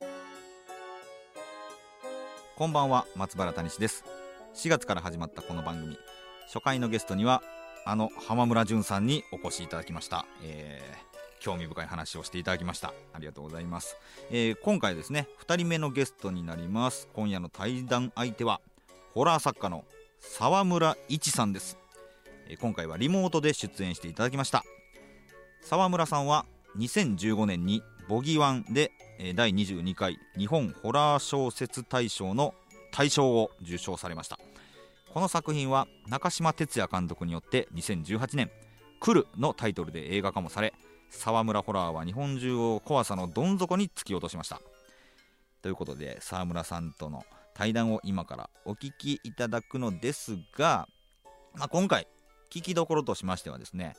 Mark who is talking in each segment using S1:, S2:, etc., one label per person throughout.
S1: う
S2: こんばんは松原谷志です4月から始まったこの番組初回のゲストにはあの浜村淳さんにお越しいただきました、えー興味深い話をしていただきましたありがとうございます、えー今回ですね2人目のゲストになります今夜の対談相手はホラー作家の沢村一さんです、えー今回はリモートで出演していただきました沢村さんは2015年にボギーワンでえー第22回日本ホラー小説大賞の大賞を受賞されましたこの作品は中島哲也監督によって2018年「来る」のタイトルで映画化もされ沢村ホラーは日本中を怖さのどん底に突き落としましたということで沢村さんとの対談を今からお聞きいただくのですが、まあ、今回聞きどころとしましてはですね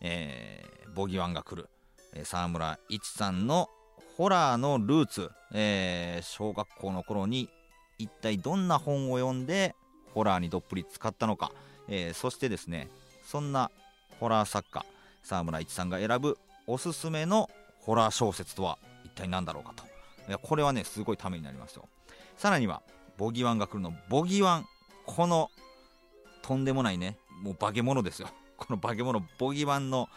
S2: えーボギーワンが来る、えー沢村一さんのホラーのルーツ、えー小学校の頃に一体どんな本を読んでホラーにどっぷり使ったのか、えーそしてですねそんなホラー作家沢村一さんが選ぶおすすめのホラー小説とは一体何だろうかといやこれはねすごいためになりますよさらにはボギーワンが来るのボギーワンこのとんでもないねもう化け物ですよこの化け物ボギーワンの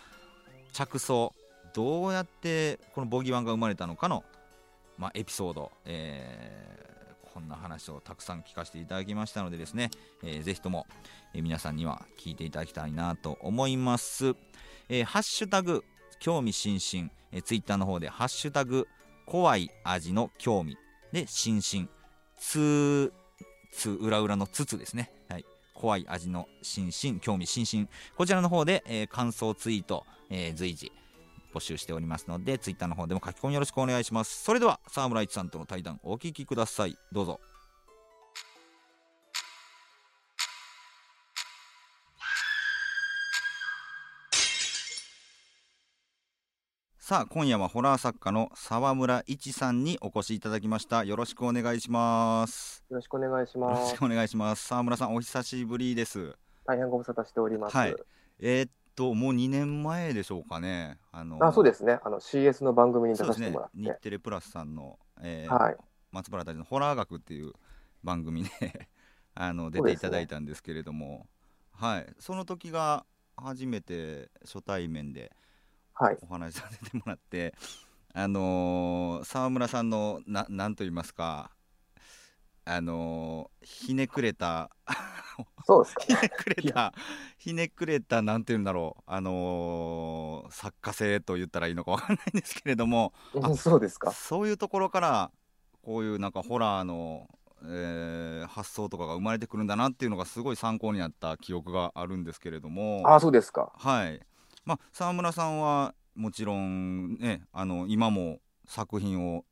S2: 着想どうやってこのボギーワンが生まれたのかの、まあ、エピソード、えーこんな話をたくさん聞かせていただきましたのでですね、えーぜひとも、えー皆さんには聞いていただきたいなと思います、えーハッシュタグ興味津々、えー、ツイッターの方でハッシュタグ怖い味の興味で心身つつ裏裏のつつですねはい怖い味の心身興味津々こちらの方で、えー感想ツイート、えー随時募集しておりますのでツイッターの方でも書き込みよろしくお願いしますそれでは沢村一さんとの対談お聞きくださいどうぞさあ今夜はホラー作家の沢村一さんにお越しいただきましたよろしくお願いします
S3: よろしくお願いし
S2: よ
S3: ま
S2: ろし
S3: す。
S2: くお願いします沢村さんお久しぶりです
S3: 大変ご無沙汰しております。
S2: はいえーっともう2年前でしょうかねあの
S3: あ、そうですね。あの CS の番組に出
S2: そう
S3: さ
S2: ですね
S3: せてもらって、
S2: 日テレプラスさんの、えー
S3: はい、
S2: 松原たちのホラー学っていう番組で あの出
S3: そう
S2: て
S3: ですね
S2: いただいたんですけれども、はいその時が初めて初対面で
S3: はい、
S2: お話しさせてもらってあのー沢村さんのななんと言いますかあのーひねくれた
S3: そうですか。
S2: ひねくれたひねくれたなんて言うんだろうあのー作家性と言ったらいいのかわかんないんですけれども あ
S3: そうですか。
S2: そういうところからこういうなんかホラーの、えー発想とかが生まれてくるんだなっていうのがすごい参考になった記憶があるんですけれども
S3: あ、そうですか。
S2: はい、まあ、沢村さんはもちろんねあの今も作品を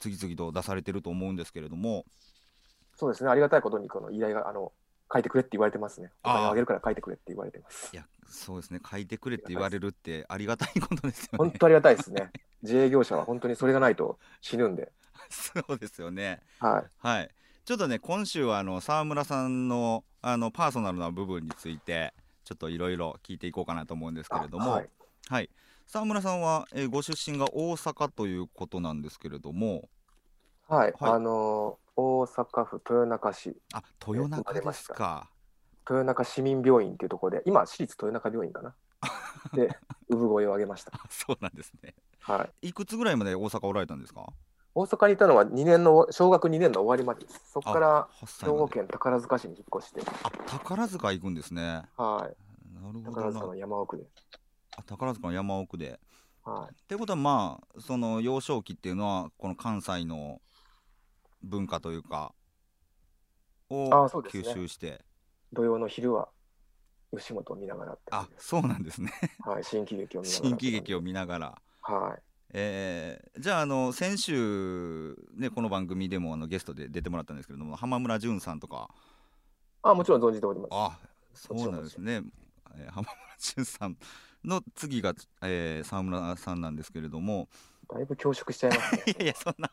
S2: 次々と出されてると思うんですけれども
S3: そうですね。ありがたいことにこの依頼があの書いてくれって言われてますね。お
S2: あー
S3: 金あげるから書いてくれって言われてます。
S2: いやそうですね書いてくれって言われるってありがたいことですよ
S3: 本
S2: ね。
S3: 当ありがたいですね。自営業者は本当にそれがないと死ぬんで。
S2: そうですよね
S3: は
S2: はい、ちょっとね今週はあの沢村さんのあのパーソナルな部分についてちょっといろいろ聞いていこうかなと思うんですけれ
S3: い。
S2: ども、
S3: は
S2: はいい、沢村さんは、えーご出身が大阪ということなんですけれども
S3: はい。
S2: はい
S3: あのー大阪府豊中市
S2: あ豊中
S3: え生まれ
S2: で
S3: ますし
S2: か。
S3: 豊中市民病院っていうところで、今市立豊中病院かな。で、産声を上げました。
S2: あそうなんですね。
S3: はい。
S2: いくつぐらいまで大阪おられたんですか
S3: 大阪にいたのは2年の小学2年の終わりまでですそこから
S2: 8
S3: 兵
S2: 歳ま
S3: 庫
S2: で
S3: 県宝塚市に引っ越して、
S2: あ宝塚行くんですね。な
S3: は
S2: る
S3: い、
S2: ほど
S3: 宝
S2: な
S3: 塚の山奥で、
S2: あ宝塚の山奥で。
S3: は
S2: ってことはまあその幼少期っていうのはこの関西の文化というかを
S3: あそうです
S2: 吸
S3: ね
S2: 収してあ,、
S3: い、土曜の昼は吉本を見ながらって、
S2: そうなんですね
S3: はい、新喜劇を見ながら、
S2: 新喜劇を見ながら
S3: は
S2: えーじゃああの先週、ね、この番組でもあのゲストで出てもらったんですけれども浜村淳さんとか
S3: あもちろん存じております。
S2: あそ
S3: もち
S2: う
S3: ろ
S2: なんで
S3: んです
S2: すね、えー浜村淳さんの次が、えー沢村さんなんですけれども
S3: だいぶ恐縮しちゃいます ね。
S2: いやいやそんな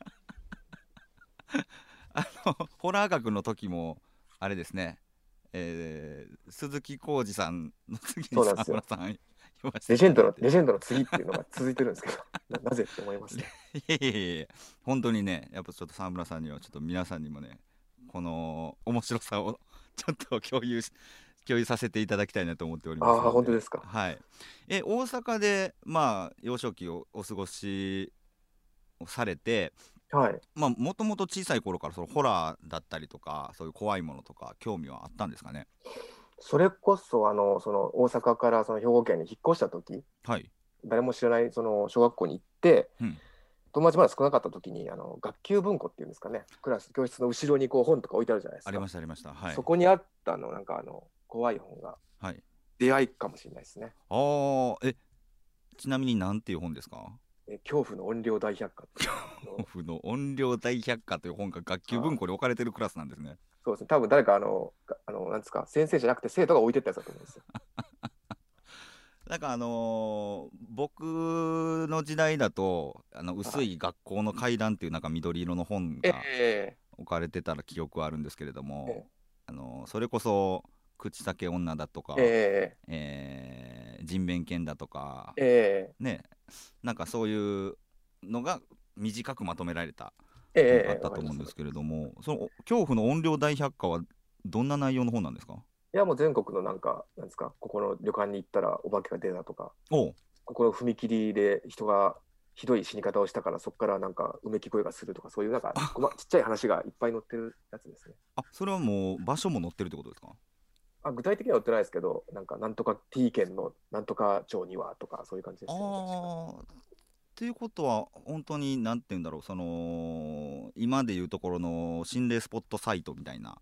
S2: あのホラー学の時もあれですね、えー鈴木浩二さんの次
S3: そ
S2: に
S3: うなんで
S2: 沢
S3: すよ
S2: 村さん呼ばせて
S3: レジェンド
S2: い
S3: のレジェンドの次っていうのが続いてるんですけど、 ななぜって思いますね。
S2: やいやいやいや本当にねやっぱちょっと沢村さんにはちょっと皆さんにもねこの面白さを ちょっと共有し共有させていただきたいなと思っております
S3: あ
S2: ので
S3: あ、本当ですか。
S2: はい、え大阪で、まあ、幼少期をお過ごしをされて
S3: はい。
S2: まあもともと小さい頃からそのホラーだったりとかそういう怖いものとか興味はあったんですかね
S3: それこそ、あの、その大阪からその兵庫県に引っ越した時、
S2: はい
S3: 誰も知らないその小学校に行って、
S2: うん
S3: 友達まだ少なかった時に、あの学級文庫っていうんですかね。クラス教室の後ろにこう本とか置いてあるじゃないですか。
S2: ありましたありましたはい
S3: そこにあったあのなんかあの怖い本が
S2: はい
S3: 出会いかもしれないですね。
S2: あーえちなみに何ていう本ですか
S3: え恐怖の音量大百科っていうあ
S2: オ
S3: の。
S2: フの音量大百科という本が学級文庫に置かれてるクラスなんですね
S3: そうですね。多分誰かあのがあのなんですか先生じゃなくて生徒が置いてったやつだと思うんですよ。
S2: なんかあのー僕の時代だとあの薄い学校の階段っていうなんか緑色の本が
S3: え
S2: 置かれてたら記憶はあるんですけれども、
S3: ええ
S2: あのそれこそ「口裂け女」だとか
S3: え、え
S2: えー人面犬」だとか
S3: え、え
S2: ねなんかそういうのが短くまとめられた
S3: え
S2: 本
S3: え
S2: があ
S3: え
S2: ったと思うんですすけれども、その「恐怖の音量大百科」はどんな内容の本なんですか
S3: いやもう全国のなんかなんですかここの旅館に行ったらお化けが出たとか
S2: おう
S3: ここの踏切で人がひどい死に方をしたからそこからなんかうめき声がするとかそういうなんかごまちっちゃい話がいっぱい載ってるやつですね。
S2: あそれはもう場所も載ってるってことですか
S3: あ具体的には載ってないですけどなんかなんとか T 県のなんとか町にはとかそういう感じですね。
S2: ああっていうことは本当に何て言うんだろうその今でいうところの心霊スポットサイトみたいな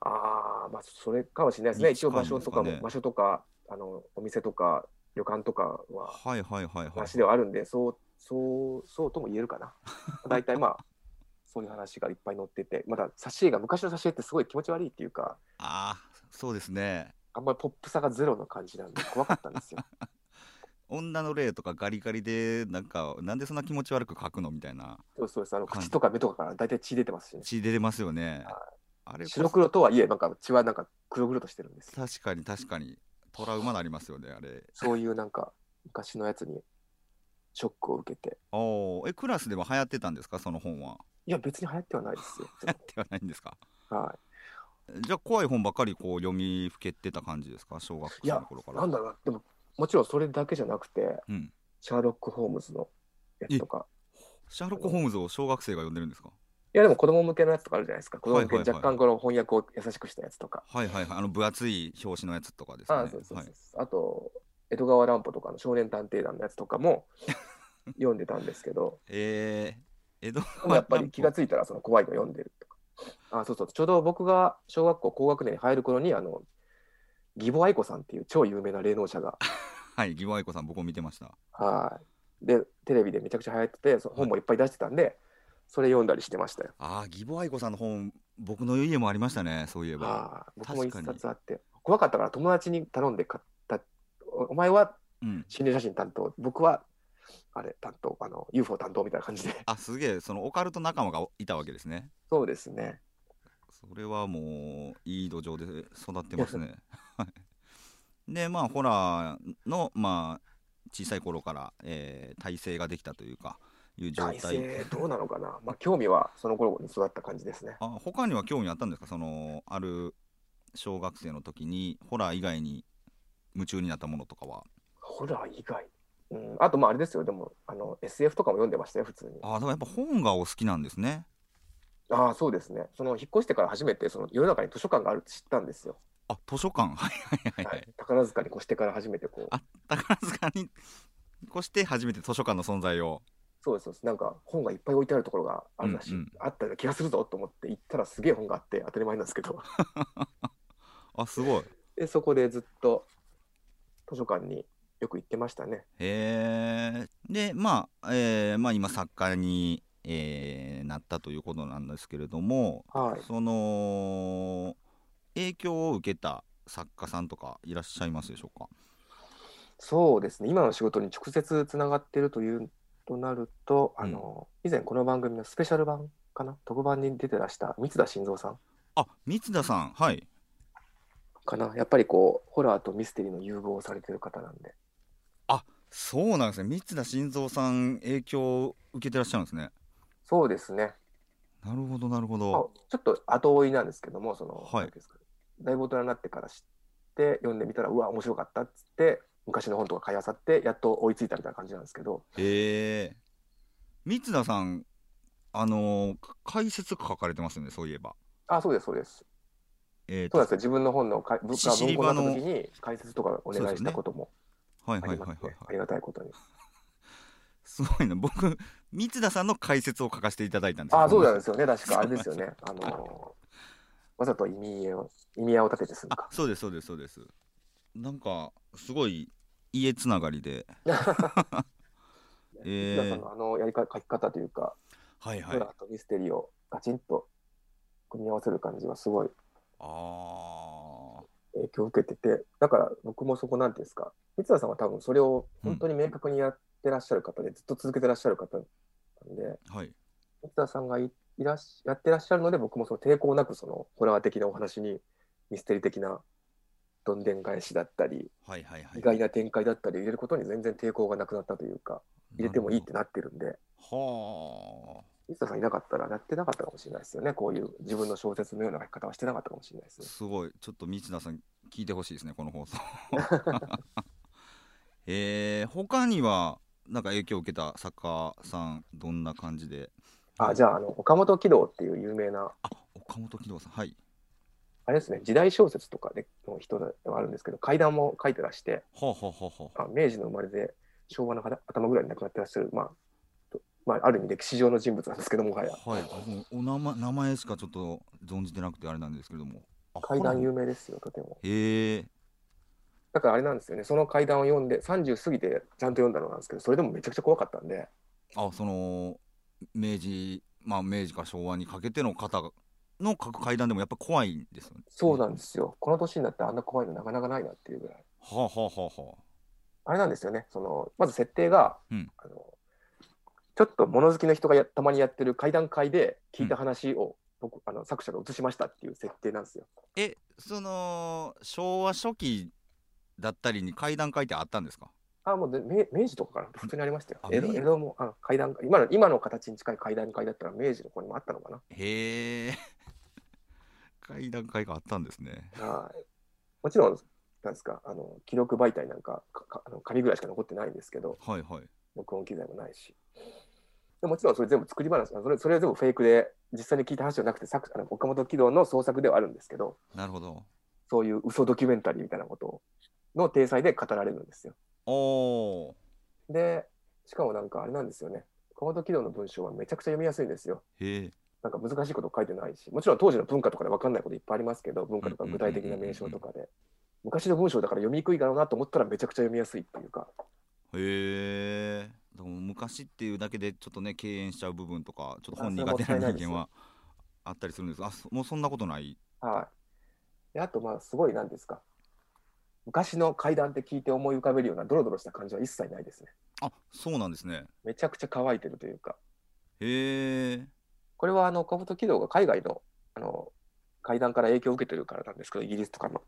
S3: ああ、まあ、それかもしれないですね。
S2: に
S3: 一応場所と
S2: 近
S3: か
S2: いんです
S3: も、
S2: かね
S3: 場所とか、あの、お店とか、旅館とかは、
S2: はいはいはいはい
S3: 話ではあるんで、そう、そう、そうとも言えるかな。大体まあ、そういう話がいっぱい載ってて、まだ挿絵が、昔の挿絵ってすごい気持ち悪いっていうか、
S2: ああそうですね
S3: あんまりポップさがゼロの感 じなんで、怖かったんですよ。
S2: 女の霊とかガリガリでなんかなんでそんな気持ち悪く描くのみたいな
S3: そうですそうです。あの、
S2: はい
S3: 口とか目とかから大体血出てますしね。
S2: 血出てますよね
S3: はい
S2: あれこそ
S3: 白黒とはいえ、なんか血はなんか黒々としてるんですよ。
S2: 確かに確かにトラウマなりますよねあれ
S3: そういうなんか、昔のやつにショックを受けて、
S2: おーえクラスでは流行ってたんですかその本は
S3: いや、別に流行ってはない ですよ。
S2: 流行ってはないんですか
S3: はい。
S2: じゃあ怖い本ばっかりこう読みふけてた感じですか小学生
S3: いや
S2: の頃から
S3: なんだろうな、でも、もちろんそれだけじゃなくて、
S2: うん
S3: シャーロック・ホームズのやつとか、
S2: シャーロック・ホームズを小学生が読んでるんですか
S3: いや、でも子供向けのやつとかあるじゃないですか、子供
S2: はい
S3: 向
S2: はい
S3: け
S2: はい
S3: に若干この翻訳を優しくしたやつとか、
S2: はいはいはいあの分厚い表紙のやつとかです
S3: あ
S2: か
S3: あ
S2: ね
S3: そうそう
S2: は
S3: そう
S2: い
S3: あと、江戸川乱歩とかの少年探偵団のやつと かも読んでたんですけど、
S2: えー、江戸
S3: でもやっぱり気がついたらその怖いの読んでるとか。あそうそうちょうど僕が小学校高学年に入る頃にあの義母愛子さんっていう超有名な霊能 者が
S2: はい義母愛子さん僕も見てました
S3: はいでテレビでめちゃくちゃ流行っててそ本もいっぱい出してたんでそれ読んだりしてましたよ。
S2: ああ、義母愛子さんの本、僕の家もありましたね、そういえば。
S3: ああ、僕も一
S2: 確かに
S3: 冊あって、怖かったから友達に頼んで買った。おお前は
S2: うん。
S3: 心霊写真担当、僕はあれ担当、あの UFO 担当みたいな感じ で。
S2: あ、すげえ、そのオカルト仲間がいたわけですね。
S3: そうですね。
S2: それはもう、いい土壌で育ってます ね。はいで、まあ、ホラーの、まあ、小さい頃から、えー体制ができたというか、いう状
S3: 体
S2: 態。
S3: 制どうなのかな。まあ興味はその頃に育った感じですね。
S2: あ、他には興味あったんですかその、ある小学生の時に、ホラー以外に夢中になったものとかは。
S3: ホラー以外。うん、あとまああれですよ。でもあの SF とかも読んでましたよ普通に。
S2: ああ、でもやっぱ本がお好きなんですね。
S3: ああそうですね。その引っ越してから初めてその世の中に図書館があるって知ったんですよ。
S2: あ、図書館。はいはいはいはい。
S3: 宝塚に越してから初めてこう
S2: あ。宝塚に越して初めて図書館の存在を
S3: そうですそうですなんか本がいっぱい置いてあるところがあるらしい、
S2: うんうん
S3: あったような気がするぞと思って行ったらすげえ本があって当たり前なんですけど
S2: あすごい
S3: でそこでずっと図書館によく行ってましたね。
S2: えー、で、まあ、えーまあ、今、作家に、えーなったということなんですけれども、
S3: はい。
S2: その、影響を受けた作家さんとかいらっしゃいますでしょうか。
S3: そうですね。今の仕事に直接つながってるというとなると、あの、以前この番組のスペシャル版かな、特番に出てらした三田晋三さん
S2: あ、三田さん、はい。
S3: かな。やっぱりこう、ホラーとミステリーの融合をされてる方なんで。
S2: そうなんですね。三田晋三さん、影響を受けてらっしゃるんですね。
S3: そうですね。
S2: なるほど、なるほ
S3: まあ
S2: ど。
S3: ちょっと後追いなんですけども、その、
S2: はい
S3: なんてうんですかねだいぶ大人になってから知って、読んでみたら、うわ、面白かったっつって、昔の本とか買い漁って、やっと追いついたみたいな感じなんですけど、
S2: えー、三田さん、あのー解説書かれてますよね、そういえば。
S3: あ、そうです、そうです。
S2: えーと
S3: そうなんですよ自分の本のか文
S2: シ
S3: 化
S2: シリバ
S3: 文庫だっ
S2: の
S3: た時に解説とかお願いしたことも
S2: はい
S3: あ
S2: はい
S3: り
S2: は
S3: ま
S2: い
S3: す
S2: は
S3: ね
S2: い、はい。
S3: ありがたいことに。
S2: すごいな、僕、三田さんの解説を書かせていただいたんです
S3: あそうなん
S2: で
S3: ですよね、確かあれですよね。あのわざと意味合いを意味合いを立ててする
S2: あ
S3: か。
S2: そうです、そうです、そうです。なんか、すごい家つながり で。え
S3: 皆さん
S2: ー、
S3: のあのやりか書き方というか、
S2: はいは
S3: ホ
S2: い
S3: ラ。ーとミステリーをガチンと組み合わせる感じはすごい
S2: あ
S3: 影響を受けてて、だから僕もそこなんていうんですか、三田さんは多分それを本当に明確にやってらっしゃる方で、ずっと続けてらっしゃる方なんで、
S2: ーはい。
S3: 三田さんがいいらっしやってらっしゃるので、僕もその抵抗なくそのホラー的なお話にミステリー的などんでん返しだったり、
S2: はいはいはい。
S3: 意外な展開だったり入れることに全然抵抗がなくなったというか、入れてもいいってなってるんで、
S2: は
S3: 三田さんいなかったらやってなかったかもしれないですよね、こういう自分の小説のような書き方はしてなかったかもしれないです
S2: あ、
S3: ね。
S2: すごい。ちょっと三田さん、聞いてほしいですね、この放 送。 えー、他には、なんか影響を受けた作家さん、どんな感じで。
S3: あじゃああの、岡本喜道っていう有名な
S2: あ岡本喜道さん、はい。
S3: あれですね、時代小説とかでの人ではあるんですけど、怪談も書いてらして、
S2: はあ、はあはあはあ
S3: あ明治の生まれで昭和のは頭ぐらいに亡くなってらっしゃる、まあ、とまあ、ある意味歴史上の人物なんですけども、はや。
S2: はい、僕お名前名前しかちょっと存じてなくてあれなんですけれども。あ
S3: 怪談
S2: ほら
S3: 有名ですよ、とても。
S2: へえ。
S3: だからあれなんですよね、その怪談を読んで、30過ぎてちゃんと読んだのなんですけど、それでもめちゃくちゃ怖かったんで、
S2: あ、その明治まあ明治か昭和にかけての方の書く階段でもやっぱ怖いんですよね。
S3: そうなんですよ、この年になってあんな怖いのなかなかないなっていうぐらい。
S2: はあ、はあはあは
S3: あれなんですよね、そのまず設定が、
S2: うん
S3: あのちょっと物好きな人がやたまにやってる怪談会で聞いた話を、僕あの作者が映しましたっていう設定なんですよ。
S2: あ。え、その昭和初期だったりに階段書いてあったんですか。
S3: あもうで明明治とかかな普通にありましたよ
S2: あ。
S3: 江戸
S2: 明治
S3: 江戸もあ階段今の今の形に近い階段階だったら明治の方にもあったのかな。
S2: へえ。 階段会があったんですね。
S3: はいもちろんなんですかあの記録媒体なんかかかあの紙ぐらいしか残ってないんですけど
S2: はいはい。
S3: 録音機材もないし。でもちろんそれ全部作り話あそれそれは全部フェイクで実際に聞いた話じゃなくて作あの岡本喜道の創作ではあるんですけど
S2: なるほど。
S3: そういう嘘ドキュメンタリーみたいなことをの体裁で語られるんですよ。
S2: おお。
S3: でしかもなんかあれなんですよね岡本喜道の文章はめちゃくちゃ読みやすいんですよ。
S2: へえ。
S3: なんか難しいこと書いてないしもちろん当時の文化とかで分かんないこといっぱいありますけど文化とか具体的な名称とかで昔の文章だから読みにくいだろうなと思ったらめちゃくちゃ読みやすいっていうか
S2: へえ。でも昔っていうだけでちょっとね敬遠しちゃう部分とかちょっと本
S3: あ
S2: 苦手
S3: それもったいな
S2: ない人
S3: です
S2: 間はあったりするんですがあそもうそんなことない
S3: はいであとまあすごい何ですか昔の怪談って聞いて思い浮かべるようなドロドロした感じは一切ないですね
S2: あそうなんですね
S3: めちゃくちゃ乾いてるというか
S2: へえ
S3: これはあの岡本喜道が海外のあの怪談から影響を受けてるからなんですけどイギリスとかの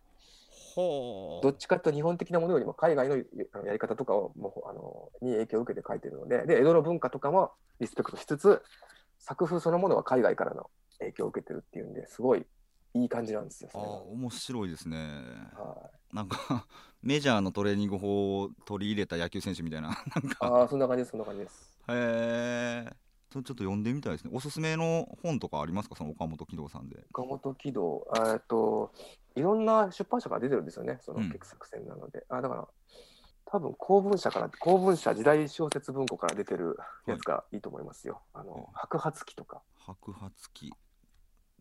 S2: ほ
S3: どっちかというと日本的なものよりも海外のややり方とかをもうあのに影響を受けて書いてるのでで江戸の文化とかもリスペクトしつつ作風そのものは海外からの影響を受けてるっていうんですごいいい感じなんですよ。
S2: あ
S3: それが
S2: 面白いですね
S3: はい
S2: なんか メジャーのトレーニング法を取り入れた野球選手みたいな なんか
S3: ああそんな感じですそんな感じです。
S2: へえちょっと読んでみたいですねおすすめの本とかありますかその岡本喜道さんで
S3: 岡本喜道えーっといろんな出版社から出てるんですよねその
S2: うん
S3: 結作戦なので、あだから多分公文社から公文社時代小説文庫から出てるやつがいいと思いますよ。あの白髪記とか、
S2: 白髪期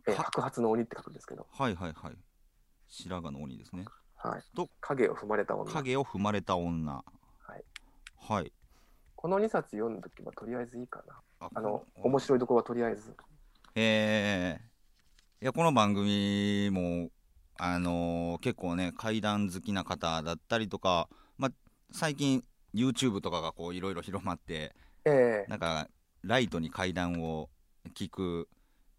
S3: えー
S2: は
S3: 白髪の鬼って書くんですけど。
S2: はいはいはい白髪の鬼ですね
S3: はい
S2: と、
S3: 影を踏まれた女
S2: 影を踏まれた女はい
S3: この2冊読んどけばとりあえずいいかな。
S2: あ
S3: あの、面白いところはとりあえず。
S2: えーいやこの番組もあのー結構ね怪談好きな方だったりとか、まあ、最近 YouTube とかがこういろいろ広まって
S3: ええ
S2: なんかライトに怪談を聞く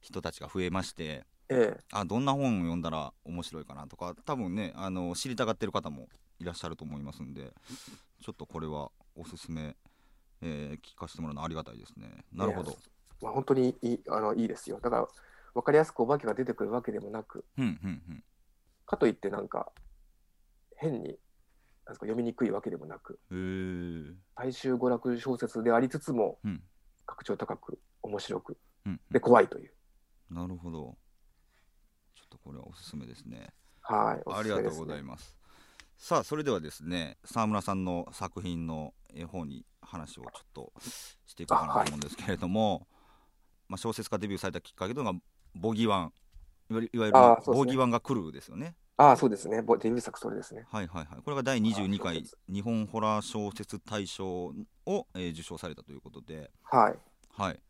S2: 人たちが増えまして
S3: ええ
S2: あどんな本を読んだら面白いかなとか多分ねあの知りたがってる方もいらっしゃると思いますんでちょっとこれはおすすめ、えー聞かせてもらうのありがたいですねなるほ
S3: い
S2: ど
S3: やまあ、本当にいいあのいいですよ。だから、わかりやすくお化けが出てくるわけでもなく、
S2: うんうんうん
S3: かといってなんか、変になんですか読みにくいわけでもなく、
S2: へー
S3: 大衆娯楽小説でありつつも、
S2: うん
S3: 格調高く、面白く、
S2: うん
S3: で、怖いという。
S2: うん、なるほどちょっとこれはおすすめですね
S3: はい。お
S2: あ
S3: す
S2: り
S3: す
S2: が
S3: め
S2: と
S3: で
S2: う
S3: す
S2: ござ
S3: ね
S2: いますさあそれではですね沢村さんの作品のえー方に話をちょっとしていこうか
S3: あ
S2: な
S3: はい
S2: と思うんですけれども、まあ、小説家デビューされたきっかけというのがボギワンいわゆるいわゆる
S3: あーそうですね
S2: ボギワンが来るですよね
S3: ああ、そうですね。ぼデビュー作、それですね。
S2: はいはいはいこれが第22
S3: あー小
S2: 回
S3: 説
S2: 日本ホラー小説大賞を、えー受賞されたということで
S3: はい。
S2: はい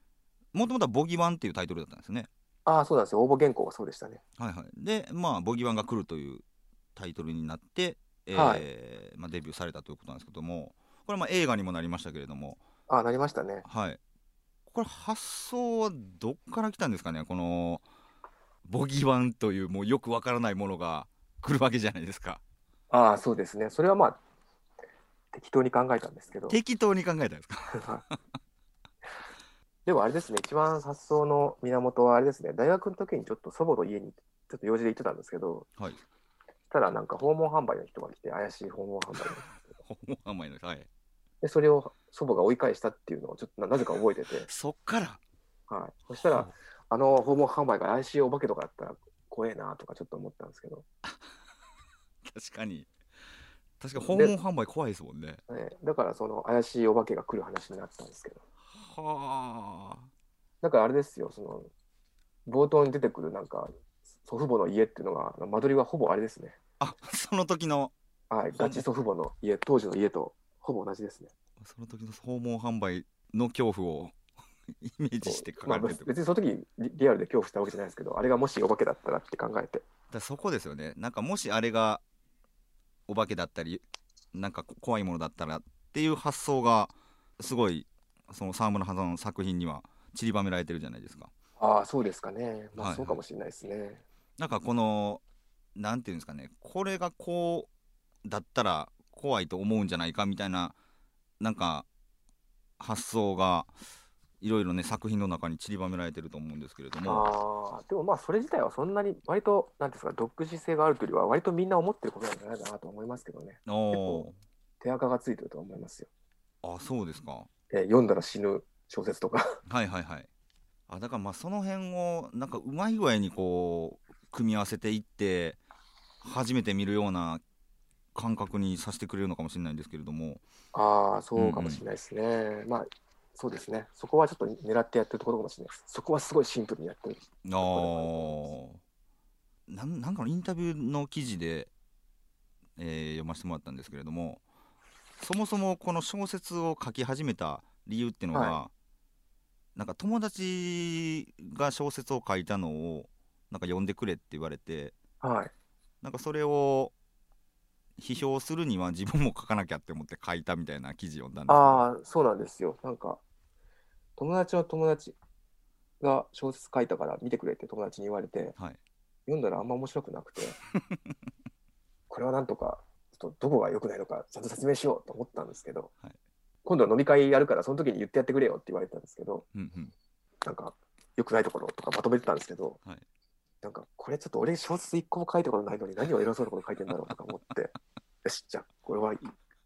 S2: もともとはボギワンっていうタイトルだったんですね
S3: ああ、そうなんですよ。応募原稿がそうでしたね。
S2: はいはい、でまあ「ボギワンが来る」というタイトルになって、えー
S3: は
S2: まあ、デビューされたということなんですけどもこれはまあ映画にもなりましたけれども、
S3: ああ、なりましたね。
S2: はい、これ発想はどっから来たんですかねこの「ボギワン」というもうよくわからないものが来るわけじゃないですか
S3: ああ、そうですね。それはまあ、適当に考えたんですけど。
S2: 適当に考えたんですか
S3: はい でもあれですね、一番発想の源はあれですね、大学の時にちょっと祖母の家にちょっと用事で行ってたんですけど、
S2: はい
S3: ただなんか訪問販売の人が来て、怪しい訪問販売の人
S2: 思わないのはい
S3: で、それを祖母が追い返したっていうのをちょっとななぜか覚えてて、
S2: そっから
S3: はい、そしたら、あの訪問販売が怪しいお化けとかだったら怖えなとかちょっと思ったんですけど、
S2: 確かに確かに訪問販売怖いですもんね
S3: ね、だからその怪しいお化けが来る話になったんですけど、
S2: はあ
S3: だからあれですよ、その冒頭に出てくるなんか祖父母の家っていうのが、あの間取りはほぼあれですね。
S2: あその時の
S3: はい、ガチ祖父母の家、当時の家とほぼ同じですね。
S2: その時の訪問販売の恐怖を イメージして書
S3: ま
S2: か
S3: あ、
S2: れてるって
S3: 別
S2: ことだか
S3: 別にその時リリアルで恐怖したわけじゃないですけど、あれがもしお化けだったらって考えて、
S2: らそこですよねなんかもしあれがお化けだったりなんかこ怖いものだったらっていう発想がすごいその沢村さんの作品には散りばめられてるじゃないですか
S3: ああ、そうですかね、ま
S2: は
S3: あ、
S2: い
S3: そうかもしれないですね。
S2: なんかこのなんていうんですかねこれがこうだったら怖いと思うんじゃないかみたいななんか発想がいろいろね作品の中に散りばめられてると思うんですけれども
S3: ああでもまあ、それ自体はそんなに、割と、なんていうんですか、独自性があるというよりは、割とみんな思ってることなんじゃないかなと思いますけどね、
S2: おー
S3: 手垢がついてると思いますよ。
S2: あそうですか
S3: えー読んだら死ぬ小説とか。
S2: はいはいはいあだからまあその辺をなんかうまい具合にこう組み合わせていって初めて見るような感覚にさせてくれるのかもしれないんですけれども
S3: ああ、そうかもしれないですね。まあ、そうですね、そこはちょっと狙ってやってるところかもしれないです。そこはすごいシンプルにやってる。
S2: あーなんなんかのインタビューの記事で、えー読ませてもらったんですけれどもそもそもこの小説を書き始めた理由っていうのが、
S3: は
S2: なんか友達が小説を書いたのをなんか読んでくれって言われて
S3: はい
S2: なんかそれを批評するには自分も書かなきゃって思って書いたみたいな記事読んだんですけど
S3: ああ、そうなんですよ。なんか、友達の友達が小説書いたから見てくれって友達に言われて、
S2: はい
S3: 読んだらあんま面白くなくて、 これはなんとか、ちょっとどこが良くないのか、ちゃんと説明しようと思ったんですけど、
S2: はい
S3: 今度は飲み会やるから、その時に言ってやってくれよって言われたんですけど、
S2: うんうん
S3: なんか、良くないところとかまとめてたんですけど、
S2: はい
S3: なんか、これちょっと俺小説一個も書いたことないのに何を偉そうなこと書いてんだろうとか思って、 よし、じゃあ、これは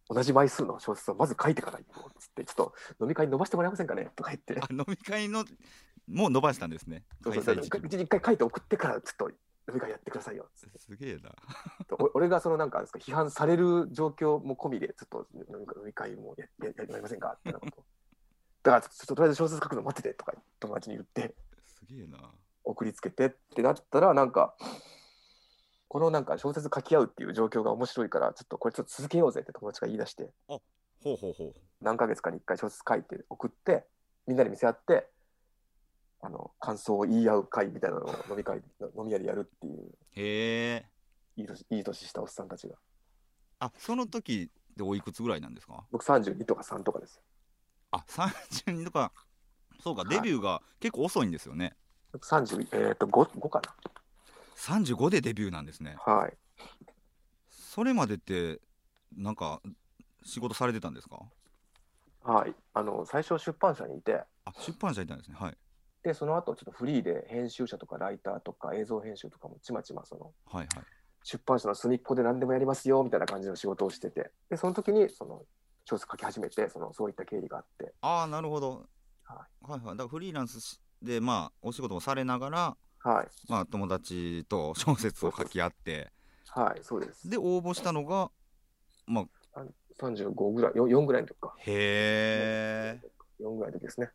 S3: 同じ枚数の小説をまず書いてから行こうっつって、ちょっと飲み会伸ばしてもらえませんかねとか言って
S2: あ、飲み会のもう伸ばしたんですね
S3: そう
S2: 開
S3: そう
S2: 催時期
S3: 一回一回書いて送ってから、ちょっと飲み会やってくださいよっつって。
S2: すげえな
S3: お俺がそのなんかあれですか批判される状況も込みでちょっと飲み飲み会もややややりませんかってなこと だからちょっととりあえず小説書くの待っててとか友達に言って
S2: すげえな
S3: 送りつけてってなったらなんかこのなんか小説書き合うっていう状況が面白いからちょっとこれちょっと続けようぜって友達が言い出して
S2: ほうほうほう
S3: 何ヶ月かに1回小説書いて送ってみんなで見せ合ってあの感想を言い合う会みたいなのを飲み会飲み屋でやるっていう
S2: へえ
S3: いい年いい年したおっさんたちが
S2: あその時でおいくつぐらいなんですか
S3: 僕32とか3とかです
S2: あ三32とかそうか
S3: はい
S2: デビューが結構遅いんですよね、
S3: 35、えー、と 5, 5か
S2: 35でデビューなんですね
S3: なはい
S2: それまでってなんか仕事されてたんですか
S3: はいあの最初出版社にいて
S2: あ出版社いたんですねはい
S3: でその後ちょっとフリーで編集者とかライターとか映像編集とかもちまちまその
S2: はいはい
S3: 出版社の隅っこで何でもやりますよみたいな感じの仕事をしててでその時にその小説書き始めてそのそういった経緯があって
S2: ああなるほど、
S3: は
S2: はい、はいだからフリーランスしでまあお仕事もされながら
S3: はい
S2: まあ友達と小説を書き合って
S3: はいそうです
S2: で応募したのが
S3: 35ぐらい 4, ぐらいの時か
S2: へえ
S3: 4ぐらいの時ですね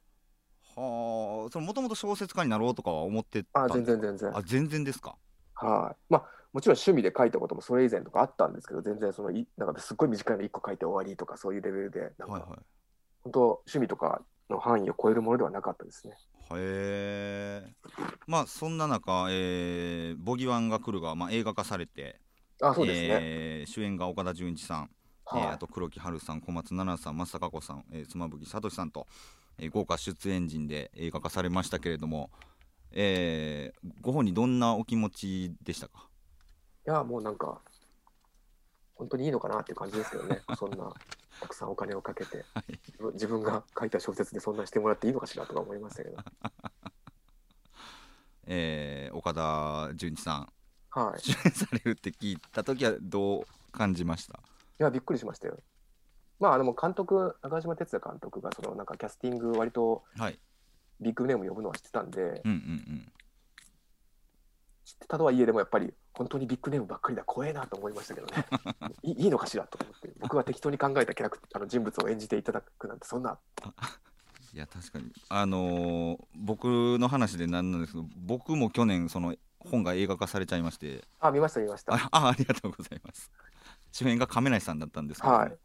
S2: はあそれもともと小説家になろうとかは思ってた
S3: あ全然全然
S2: あ全然ですか
S3: はいまあもちろん趣味で書いたこともそれ以前とかあったんですけど全然そのいなんかすっごい短いの1個書いて終わりとかそういうレベルでなん
S2: はい
S3: か
S2: はい
S3: 本当趣味とかの範囲を超えるものではなかったですね
S2: へえまあそんな中、えーボギワンが来るが、まあ、映画化されて、
S3: あそうですね、
S2: えー主演が岡田准一さん、えー
S3: は
S2: あと黒木華さん小松菜奈さん松たか子さん、えー、妻夫木聡さんと、えー豪華出演陣で映画化されましたけれども、えーご本人どんなお気持ちでしたか
S3: い、いやもうなんか本当にいいのかなっていう感じですけど ねそんなたくさんお金をかけて自分自分が書いた小説でそんなしてもらっていいのかしらとか思いましたけど
S2: えー岡田准一さん
S3: はいい
S2: 主演されるって聞いた時はどう感じました
S3: やびっくりしましたよまああの監督中島哲也監督がそのなんかキャスティング割と
S2: はい
S3: ビッグネーム呼ぶのは知ってたんで、
S2: うんうんうん
S3: 知ってたとはいえでもやっぱり本当にビッグネームばっかりだ怖えなと思いましたけどね いいいのかしらと思って僕が適当に考えたキャラクあの人物を演じていただくなんてそんない
S2: や確かにあのー僕の話でなんなんですけど僕も去年その本が映画化されちゃいまして
S3: あ見ました見ました
S2: あ あありがとうございます主演が亀梨さんだったんですけど、
S3: はい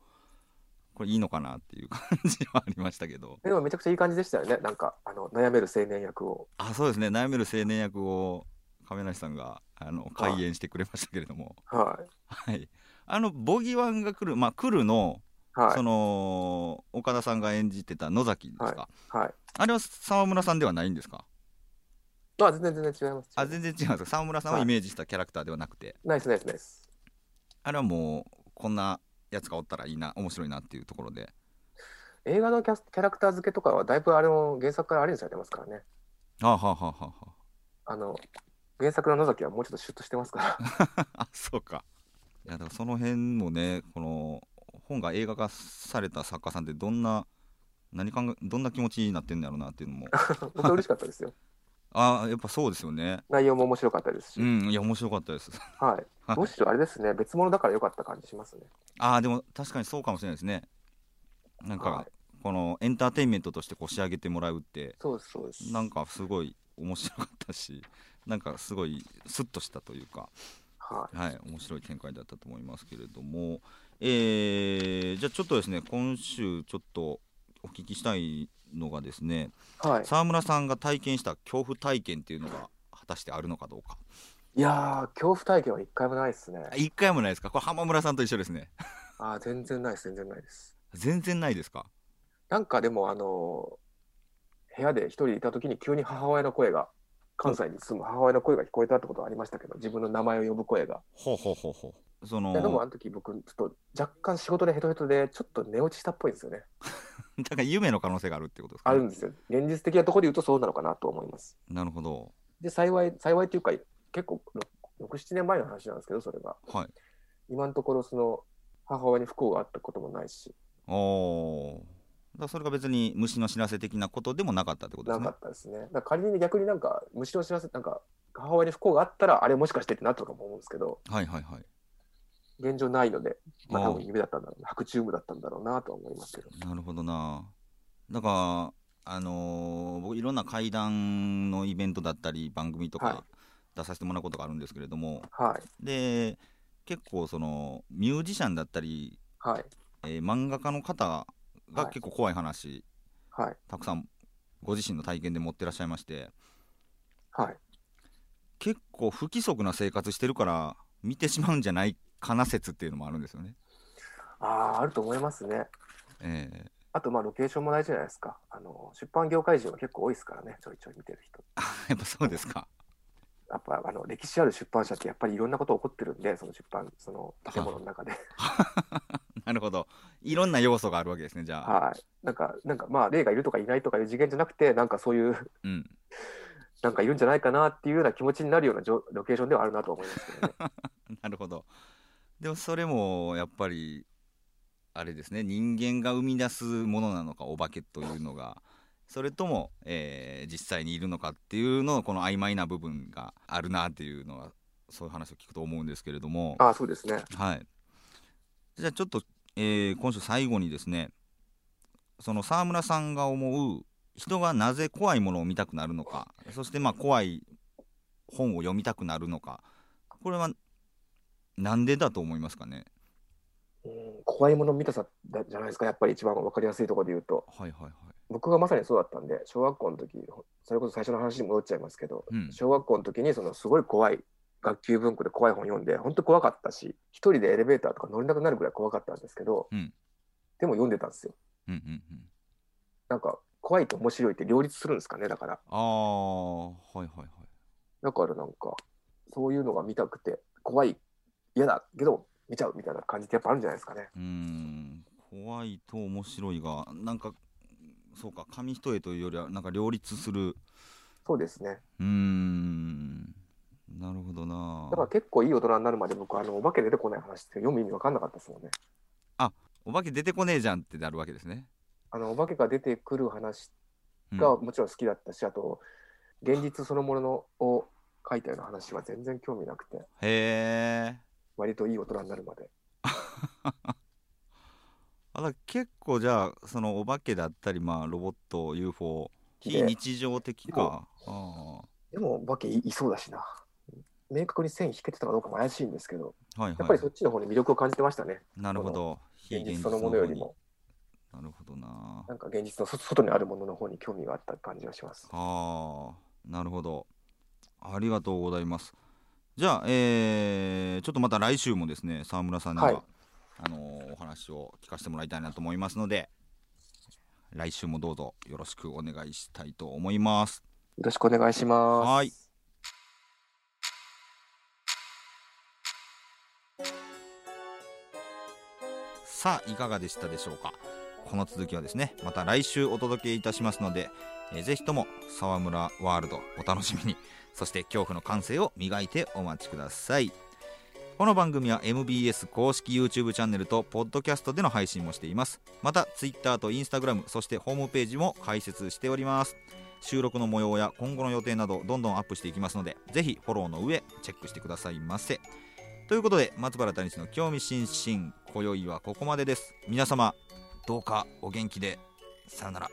S2: これいいのかなっていう感じはありましたけど
S3: でもめちゃくちゃいい感じでしたよねなんかあの悩める青年役を
S2: あそうですね悩める青年役を亀梨さんがあの開演してくれましたけれども、
S3: はい
S2: はい、あの「ボギワンが来る」まあ「来るの」
S3: は
S2: そ
S3: い
S2: の岡田さんが演じてた野崎ですか、
S3: はい
S2: あれは沢村さんではないんですか
S3: まあ全然全然違います
S2: あ全然違うんですか沢村さんをイメージしたキャラクターではなくて、
S3: ナイスナイスナイス
S2: あれはもうこんなやつがおったらいいな面白いなっていうところで
S3: 映画のキャスキャラクター付けとかはだいぶあれも原作からアレンジされてますからね
S2: あはあはあはあはあ
S3: あの原作の野崎はもうちょっとシュッとしてますから
S2: あそうかいやだからその辺もねこの本が映画化された作家さんってどんな何考えどんな気持ちになってんだろうなっていうの も
S3: 僕は嬉しかったですよ
S2: あーやっぱそうですよね
S3: 内容も面白かったですし、
S2: うんいや面白かったです
S3: はい
S2: はい
S3: むしろあれですね別物だから良かった感じしますね
S2: あーでも確かにそうかもしれないですねなん
S3: は
S2: か
S3: い
S2: このエンターテインメントとしてこう仕上げてもらうって
S3: そうですそうです
S2: なんかすごい面白かったしなんかすごいスッとしたというか
S3: はい
S2: はい、面白い展開だったと思いますけれども、えーじゃあちょっとですね今週ちょっとお聞きしたいのがですね
S3: はい、
S2: 沢村さんが体験した恐怖体験っていうのが果たしてあるのかどうか
S3: いやー恐怖体験は一回もないですね
S2: あ一回もないですかこれ浜村さんと一緒ですね
S3: あー全然ないです全然ないです
S2: 全然ないですか
S3: なんかでもあのー部屋で一人いた時に急に母親の声が関西に住む母親の声が聞こえたってことはありましたけど自分の名前を呼ぶ声が
S2: ほうほうほうほうそ
S3: い
S2: の
S3: やでもあの時僕ちょっと若干仕事でヘトヘトでちょっと寝落ちしたっぽいんですよね
S2: だから夢の可能性があるってことですか
S3: あ
S2: ね、
S3: るんですよ現実的なところで言うとそうなのかなと思います
S2: なるほど
S3: で幸い幸いというか結構67年前の話なんですけどそれが
S2: はい
S3: 今のところその母親に不幸があったこともないし
S2: おーだからそれが別に虫の知らせ的なことでもなかったってことで
S3: な
S2: すね
S3: かったですね。だから仮に逆になんか、むしろ知らせ、なんか、母親に不幸があったら、あれもしかしてってなったとかも思うんですけど、
S2: はいはいはい
S3: 現状ないので、まあ多
S2: お
S3: 分
S2: ー
S3: 夢だったんだろうな、白昼夢だったんだろうなとは思いますけど。
S2: なるほどな。だから、あのー僕いろんな会談のイベントだったり番組と
S3: はい
S2: か出させてもらうことがあるんですけれども、
S3: はい。
S2: で結構そのミュージシャンだったり、
S3: はい。
S2: えー漫画家の方が
S3: はい
S2: 結構怖い話、
S3: はい。
S2: たくさんご自身の体験で持ってらっしゃいまして
S3: はい。
S2: 結構不規則な生活してるから見てしまうんじゃないかな説っていうのもあるんですよね。
S3: ああ、あると思いますね。
S2: えー
S3: あと、まあ、ロケーションも大事じゃないですか。あの、出版業界人は結構多いですからね、ちょいちょい見てる人。
S2: やっぱそうですか。
S3: やっぱ、あの、歴史ある出版社って、やっぱりいろんなこと起こってるんで、その出版、その建物の中で。
S2: なるほど。いろんな要素があるわけですね、じゃあ。
S3: はい。なんか、なんか、まあ、霊がいるとかいないとかいう次元じゃなくて、なんかそういう、
S2: うん。
S3: なんかいるんじゃないかなっていうような気持ちになるようなじょロケーションではあるなと思いますけ どね。
S2: なるほど。でもそれもやっぱり、あれですね、人間が生み出すものなのか、お化けというのが、それとも、えー実際にいるのかっていうのの、この曖昧な部分があるなっていうのは、そういう話を聞くと思うんですけれども、
S3: ああ、そうですね。
S2: はい。じゃあちょっと、えー今週最後にですね、その沢村さんが思う人がなぜ怖いものを見たくなるのか、そしてまあ怖い本を読みたくなるのか、これはなんでだと思いますかね。
S3: うん、怖いもの見たさだじゃないですか、やっぱり一番わかりやすいところで言うと。
S2: はいはいはい。
S3: 僕がまさにそうだったんで、小学校の時、それこそ最初の話に戻っちゃいますけど、
S2: うん。
S3: 小学校の時にそのすごい怖い学級文庫で怖い本読んで本当怖かったし一人でエレベーターとか乗れなくなるぐらい怖かったんですけど、
S2: うん
S3: でも読んでたんですよ
S2: うんうんうん。
S3: なんか怖いと面白いって両立するんですかねだから
S2: ああ、はいはいはい。
S3: だからなんかそういうのが見たくて怖い嫌だけど見ちゃうみたいな感じってやっぱあるんじゃないですかね
S2: うーん怖いと面白いがなんかそうか紙一重というよりはなんか両立する
S3: そうですね
S2: うーんなるほどな
S3: だから結構いい大人になるまで僕あのお化け出てこない話って読む意味分かんなかったですもんね
S2: お化け出てこねえじゃんってなるわけですね、
S3: あのお化けが出てくる話
S2: うん
S3: がもちろん好きだったし、あと現実そのもののを書いたような話は全然興味なくて
S2: へえ
S3: 割といい大人になるまで。
S2: あだから結構じゃあそのお化けだったりまあロボット UFO 非
S3: で
S2: 日常的かあ
S3: でも、化けいいそうだしな。明確に線引けてたかどうかも怪しいんですけど、
S2: あはい
S3: やっぱ
S2: は
S3: りそっちの方に魅力を感じてましたね。
S2: いなるほど非
S3: 現
S2: 現
S3: 実
S2: 実
S3: そ
S2: の
S3: のも
S2: 方
S3: のより
S2: に
S3: も、
S2: なるほどな
S3: なんか現実のそ外にあるものの方に興味があった感じがします。
S2: ああなるほどありがとうございますじゃあ、えーちょっとまた来週もですね沢村さんには、
S3: はい
S2: あのーお話を聞かせてもらいたいなと思いますので来週もどうぞよろしくお願いしたいと思います
S3: よろしくお願いします。
S2: はいさあいかがでしたでしょうかこの続きはですねまた来週お届けいたしますので、えーぜひとも沢村ワールドお楽しみにそして恐怖の感性を磨いてお待ちくださいこの番組は MBS 公式 YouTube チャンネルとポッドキャストでの配信もしていますまた Twitter と Instagram そしてホームページも開設しております収録の模様や今後の予定などどんどんアップしていきますのでぜひフォローの上チェックしてくださいませということで松原谷氏の興味津々今宵はここまでです皆様どうかお元気でさよなら